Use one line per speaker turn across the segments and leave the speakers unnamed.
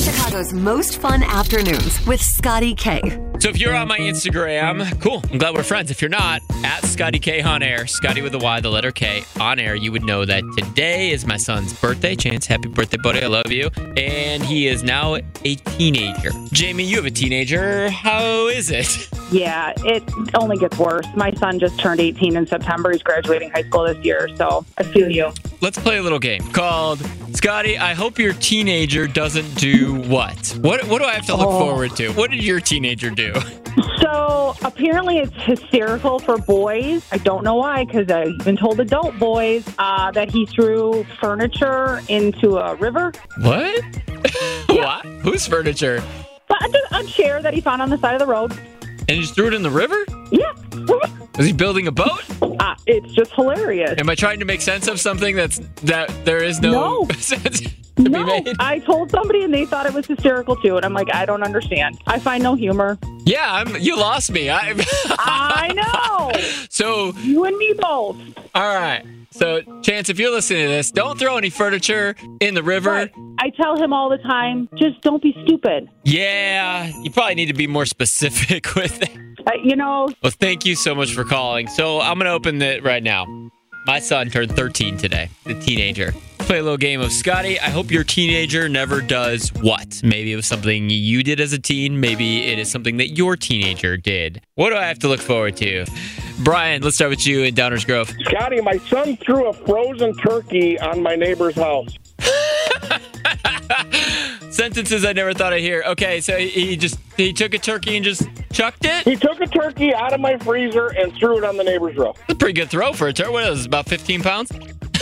Chicago's most fun afternoons with Scotty K.
So if you're on my Instagram, cool. I'm glad we're friends. If you're not, at Scotty K on air, Scotty with a Y, the letter K on air, you would know that today is my son's birthday. Chance, happy birthday, buddy. I love you. And he is now a teenager. Jamie, you have a teenager. How is it?
Yeah, it only gets worse. My son just turned 18 in September. He's graduating high school this year, so I feel you.
Let's play a little game called Scotty, I hope your teenager doesn't do what? What what do I have to look
Oh.
forward to? What did your teenager do?
So apparently, it's hysterical for boys. I don't know why, because I've been told adult boys uh, that he threw furniture into a river.
What? what? Whose furniture?
But a, a chair that he found on the side of the road.
And he just threw it in the river?
Yeah,
Was he building a boat?
uh, it's just hilarious.
Am I trying to make sense of something that's that there is no,
No.
sense to be
No,
made?
I told somebody and they thought it was hysterical too, and I'm like, I don't understand. I find no humor.
Yeah, I'm, you lost me. I,
I know.
so
You and me both.
all right. So Chance, if you're listening to this, don't throw any furniture in the river.
But I tell him all the time, just don't be stupid.
Yeah, you probably need to be more specific with it.
Uh, you know,
Well, thank you so much for calling. So I'm gonna open it right now. My son turned 13 today, the teenager. Play a little game of Scotty. I hope your teenager never does what? Maybe it was something you did as a teen. Maybe it is something that your teenager did. What do I have to look forward to? Brian, let's start with you in Downers Grove.
Scotty, my son threw a frozen turkey on my neighbor's house.
Sentences I never thought I'd hear. Okay, so he- he just he took a turkey and just chucked it.
He took a turkey out of my freezer and threw it on the neighbor's roof.
That's a pretty good throw for a turkey. What is it, about 15 pounds?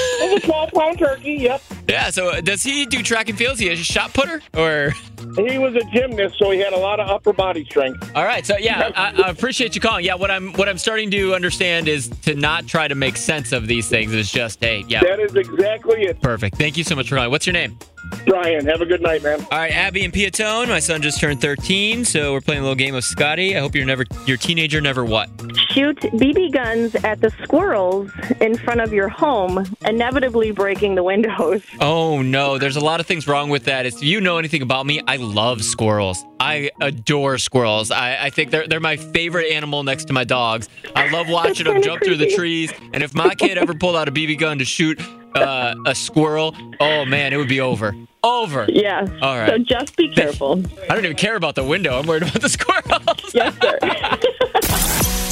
It was a 12 pound turkey, yep.
Yeah. So does he do track and field? Is he a shot putter or?
He was a gymnast, so he had a lot of upper body strength.
All right, so yeah, I, I appreciate you calling. Yeah, what I'm what I'm starting to understand is to not try to make sense of these things. It's just, hey, yeah,
That is exactly it,
perfect. Thank you so much for calling. What's your name?
Brian. Have a good night, man.
All right, Abby and Piatone. My son just turned 13, so we're playing a little game of Scotty. I hope you're never your teenager never what?
shoot BB guns at the squirrels in front of your home, inevitably breaking the windows.
Oh no, there's a lot of things wrong with that. If you know anything about me, I love squirrels. I adore squirrels. I, I think they're they're my favorite animal next to my dogs. I love watching them
kinda
jump through the
creepy.
trees. And if my kid ever pulled out a BB gun to shoot uh, a squirrel, oh man, it would be over. Over.
Yes.
All right.
So just be careful.
I don't even care about the window. I'm worried about the squirrels.
yes, sir.